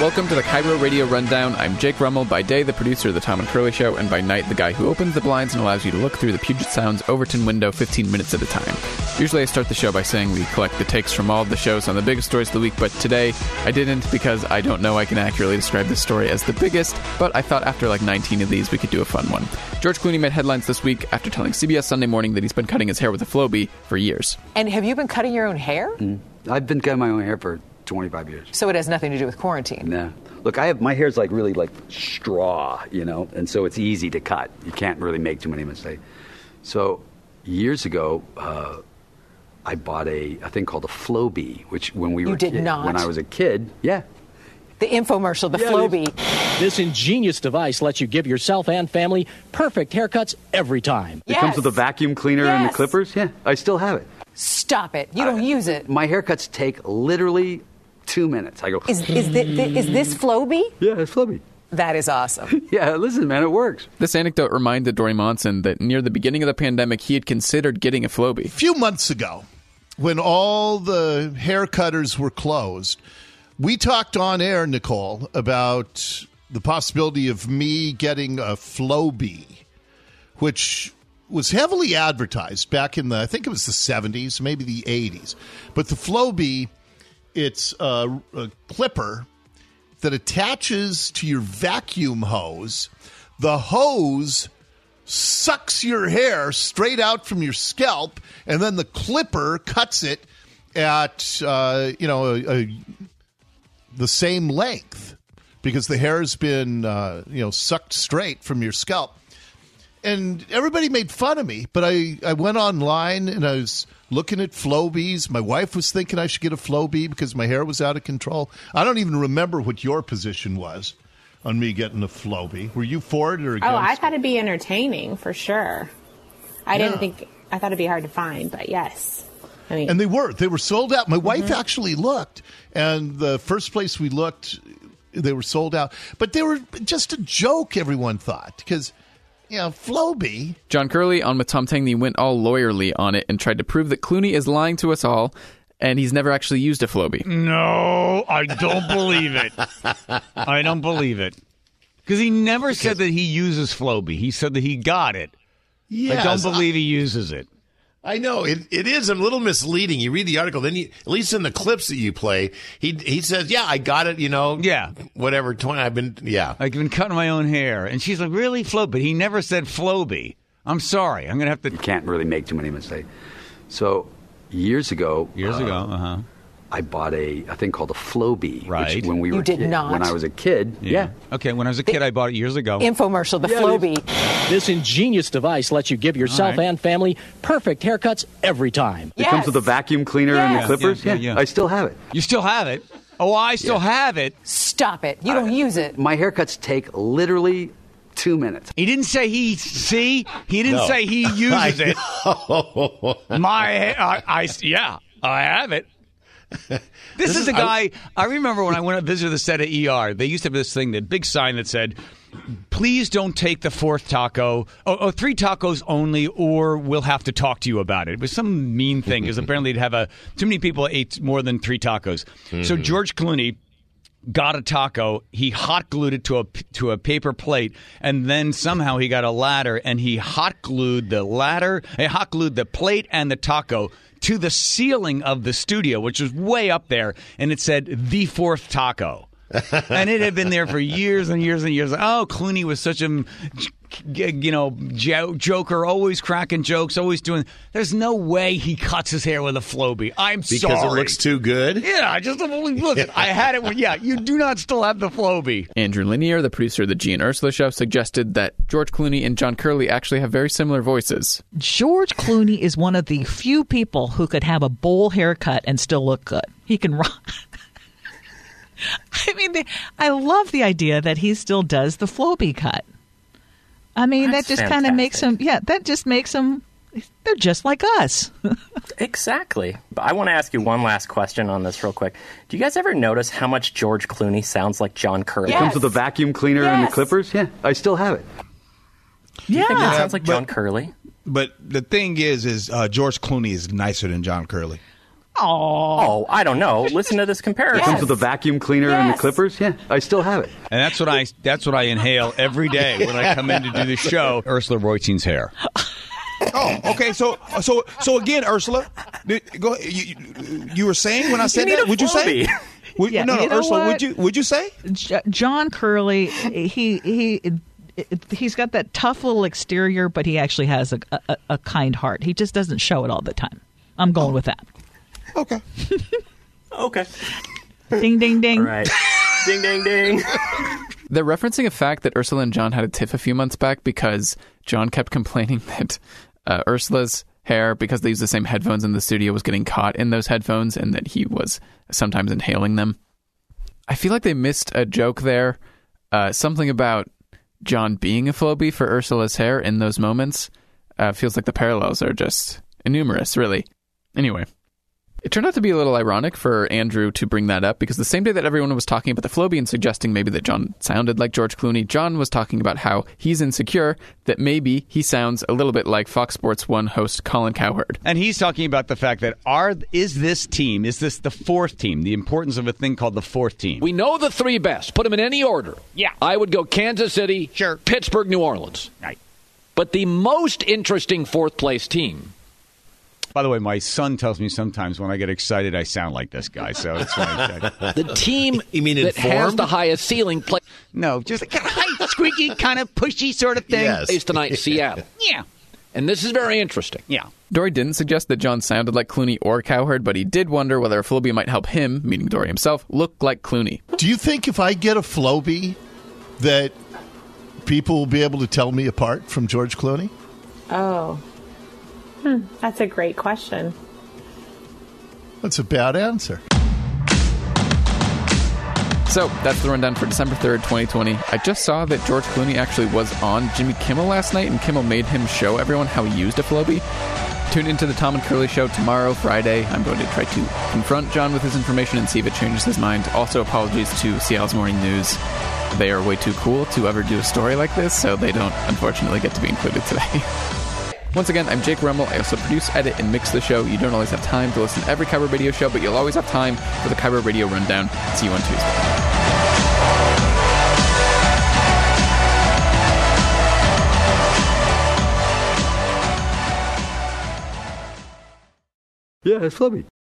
Welcome to the Cairo Radio Rundown. I'm Jake Rummel, by day the producer of the Tom and Curly Show, and by night the guy who opens the blinds and allows you to look through the Puget Sound's Overton window 15 minutes at a time. Usually I start the show by saying we collect the takes from all of the shows on the biggest stories of the week, but today I didn't because I don't know I can accurately describe this story as the biggest, but I thought after like 19 of these we could do a fun one. George Clooney made headlines this week after telling CBS Sunday Morning that he's been cutting his hair with a Flowbee for years. And have you been cutting your own hair? Mm. I've been cutting my own hair for 25 years. So it has nothing to do with quarantine. Nah. Look, I have my hair's like really like straw, you know, and so it's easy to cut. You can't really make too many mistakes. So years ago, uh, I bought a, a thing called a Flowbee, which when we You were did kid- not. when I was a kid, yeah, The infomercial, the Yeah, Flowbee. This ingenious device lets you give yourself and family perfect haircuts every time. it comes with a vacuum cleaner and the Yes. clippers. Yeah, I still have it. Stop it. You don't use it. My haircuts take literally two minutes. I go, Is, is, thi- thi- is this Flowbee? yeah, it's Flowbee. That is awesome. Yeah, listen, man, it works. This anecdote reminded Dory Monson that near the beginning of the pandemic he had considered getting a Flowbee. few months ago, when all the hair cutters were closed, we talked on air, Nicole, about the possibility of me getting a Flowbee, which was heavily advertised back in the, I think it was the 70s, maybe the 80s. But the Flowbee, it's a, a clipper that attaches to your vacuum hose. The hose sucks your hair straight out from your scalp, and then the clipper cuts it at uh, you know a, a, the same length because the hair has been uh, you know sucked straight from your scalp. And everybody made fun of me, but I, I went online and I was looking at Flowbees. My wife was thinking I should get a Flowbee because my hair was out of control. I don't even remember what your position was on me getting a Flowbee. Were you for it or against? Oh, I it? thought it'd be entertaining for sure. I Yeah. didn't think I thought it'd be hard to find, but yes. I mean, And they were. They were sold out. My Mm-hmm. wife actually looked, and the first place we looked, they were sold out. But they were just a joke, everyone thought, because, you know, Floby. John Curley on with Tom Tangney went all lawyerly on it and tried to prove that Clooney is lying to us all and he's never actually used a Flowbee. Mm. No, I don't believe it. I don't believe it. Because he never said that he uses Floby. He said that he got it. Yes, I don't believe he uses it. I know it, it is a little misleading. You read the article, then you, at least in the clips that you play, he he says, "Yeah, I got it." You know, Yeah. whatever. Twenty, I've been, yeah. I've been cutting my own hair. And she's like, really, Floby? He never said Floby. I'm sorry. I'm going to have to. Can't really make too many mistakes. So years ago, Years uh, ago, uh huh. I bought a, a thing called a Flowbee. Right. Which when we You were did kid- not. When I was a kid. Yeah. Okay, when I was a kid, I bought it years ago. Infomercial, the Flowbee. This ingenious device lets you give yourself All right. and family perfect haircuts every time. It comes with a vacuum cleaner and the Yes. clippers. Yeah, yeah, yeah. I still have it. You still have it. Oh, I still have it. Stop it. You don't use it. My haircuts take literally two minutes. He didn't say he see. He didn't No. say he uses I it. My, I, I, yeah, I have it. This, is a guy. I, remember when I went to visit the set of ER. They used to have this thing, that big sign that said, "Please don't take the fourth taco, or, or three tacos only, or we'll have to talk to you about it." It was some mean thing because apparently it'd have a too many people ate more than three tacos. So George Clooney got a taco. He hot glued it to a to a paper plate, and then somehow he got a ladder and he hot glued the ladder, he hot glued the plate and the taco to the ceiling of the studio, which was way up there, and it said the fourth taco. and it had been there for years and years and years. Oh, Clooney was such a, you know, jo- joker, always cracking jokes, always doing. There's no way he cuts his hair with a Flowbee. I'm sorry. because it looks too good. Yeah, I just listen. I had it. When, yeah, you do not still have the Floby. Andrew Linier, the producer of the G and Ursula show, suggested that George Clooney and John Curley actually have very similar voices. George Clooney is one of the few people who could have a bowl haircut and still look good. He can rock. I mean, the, I love the idea that he still does the Floby cut. I mean, That's that just kind of makes him. fantastic. Yeah, that just makes him. They're just like us. Exactly. But I want to ask you one last question on this, real quick. Do you guys ever notice how much George Clooney sounds like John Curley? Yes. Comes with a vacuum cleaner and the Yes. clippers. Yeah. I still have it. I think Yeah. it sounds like John Curley. But the thing is, is uh, George Clooney is nicer than John Curley. Oh, I don't know. Listen to this comparison. Comes with a vacuum cleaner and the clippers. Yeah, I still have it. And that's what I that's what I inhale every day when I come in to do the show. Ursula Royteen's hair. Oh, okay. So, so, so again, Ursula, did- go. ahead. You, you, you were saying when I said need that. a Would you say? Furby. Would, Yeah, no, no, you know Ursula. Would what? you? Would you say? J- John Curley, he he he's got that tough little exterior, but he actually has a, a, a kind heart. He just doesn't show it all the time. I'm going with that. Okay. okay. Ding ding ding. ding ding ding. They're referencing a fact that Ursula and John had a tiff a few months back because John kept complaining that uh, Ursula's hair, because they use the same headphones in the studio, was getting caught in those headphones and that he was sometimes inhaling them. I feel like they missed a joke there. Uh, something about John being a flowbee for Ursula's hair in those moments uh, feels like the parallels are just numerous, really. Anyway. It turned out to be a little ironic for Andrew to bring that up because the same day that everyone was talking about the Floby and suggesting maybe that John sounded like George Clooney, John was talking about how he's insecure that maybe he sounds a little bit like Fox Sports 1 host Colin Cowherd. And he's talking about the fact that are is this team is this the fourth team? The importance of a thing called the fourth team. We know the three best. Put them in any order. Yeah. I would go Kansas City, sure. Pittsburgh, New Orleans. Right. But the most interesting fourth place team. By the way, my son tells me sometimes when I get excited, I sound like this guy. So it's uh, funny. the team you mean that has the highest ceiling play. No, just like high, squeaky, kind of pushy sort of thing. Yes. Is tonight in Seattle. yeah. And this is very interesting. Yeah. Dory didn't suggest that John sounded like Clooney or Cowherd, but he did wonder whether a Flowbee might help him, meaning Dory himself, look like Clooney. Do you think if I get a Flowbee that people will be able to tell me apart from George Clooney? Oh. Hmm, that's a great question. That's a bad answer. So that's the rundown for December 3rd, 2020. I just saw that George Clooney actually was on Jimmy Kimmel last night, and Kimmel made him show everyone how he used a Flowbee. Tune into the Tom and Curly show tomorrow, Friday. I'm going to try to confront John with his information and see if it changes his mind. Also, apologies to Seattle's Morning News. They are way too cool to ever do a story like this, so they don't unfortunately get to be included today. Once again, I'm Jake Rummel. I also produce, edit, and mix the show. You don't always have time to listen to every Kyber Radio show, but you'll always have time for the Kyber Radio Rundown. See you on Tuesday. Yeah, it's flubby.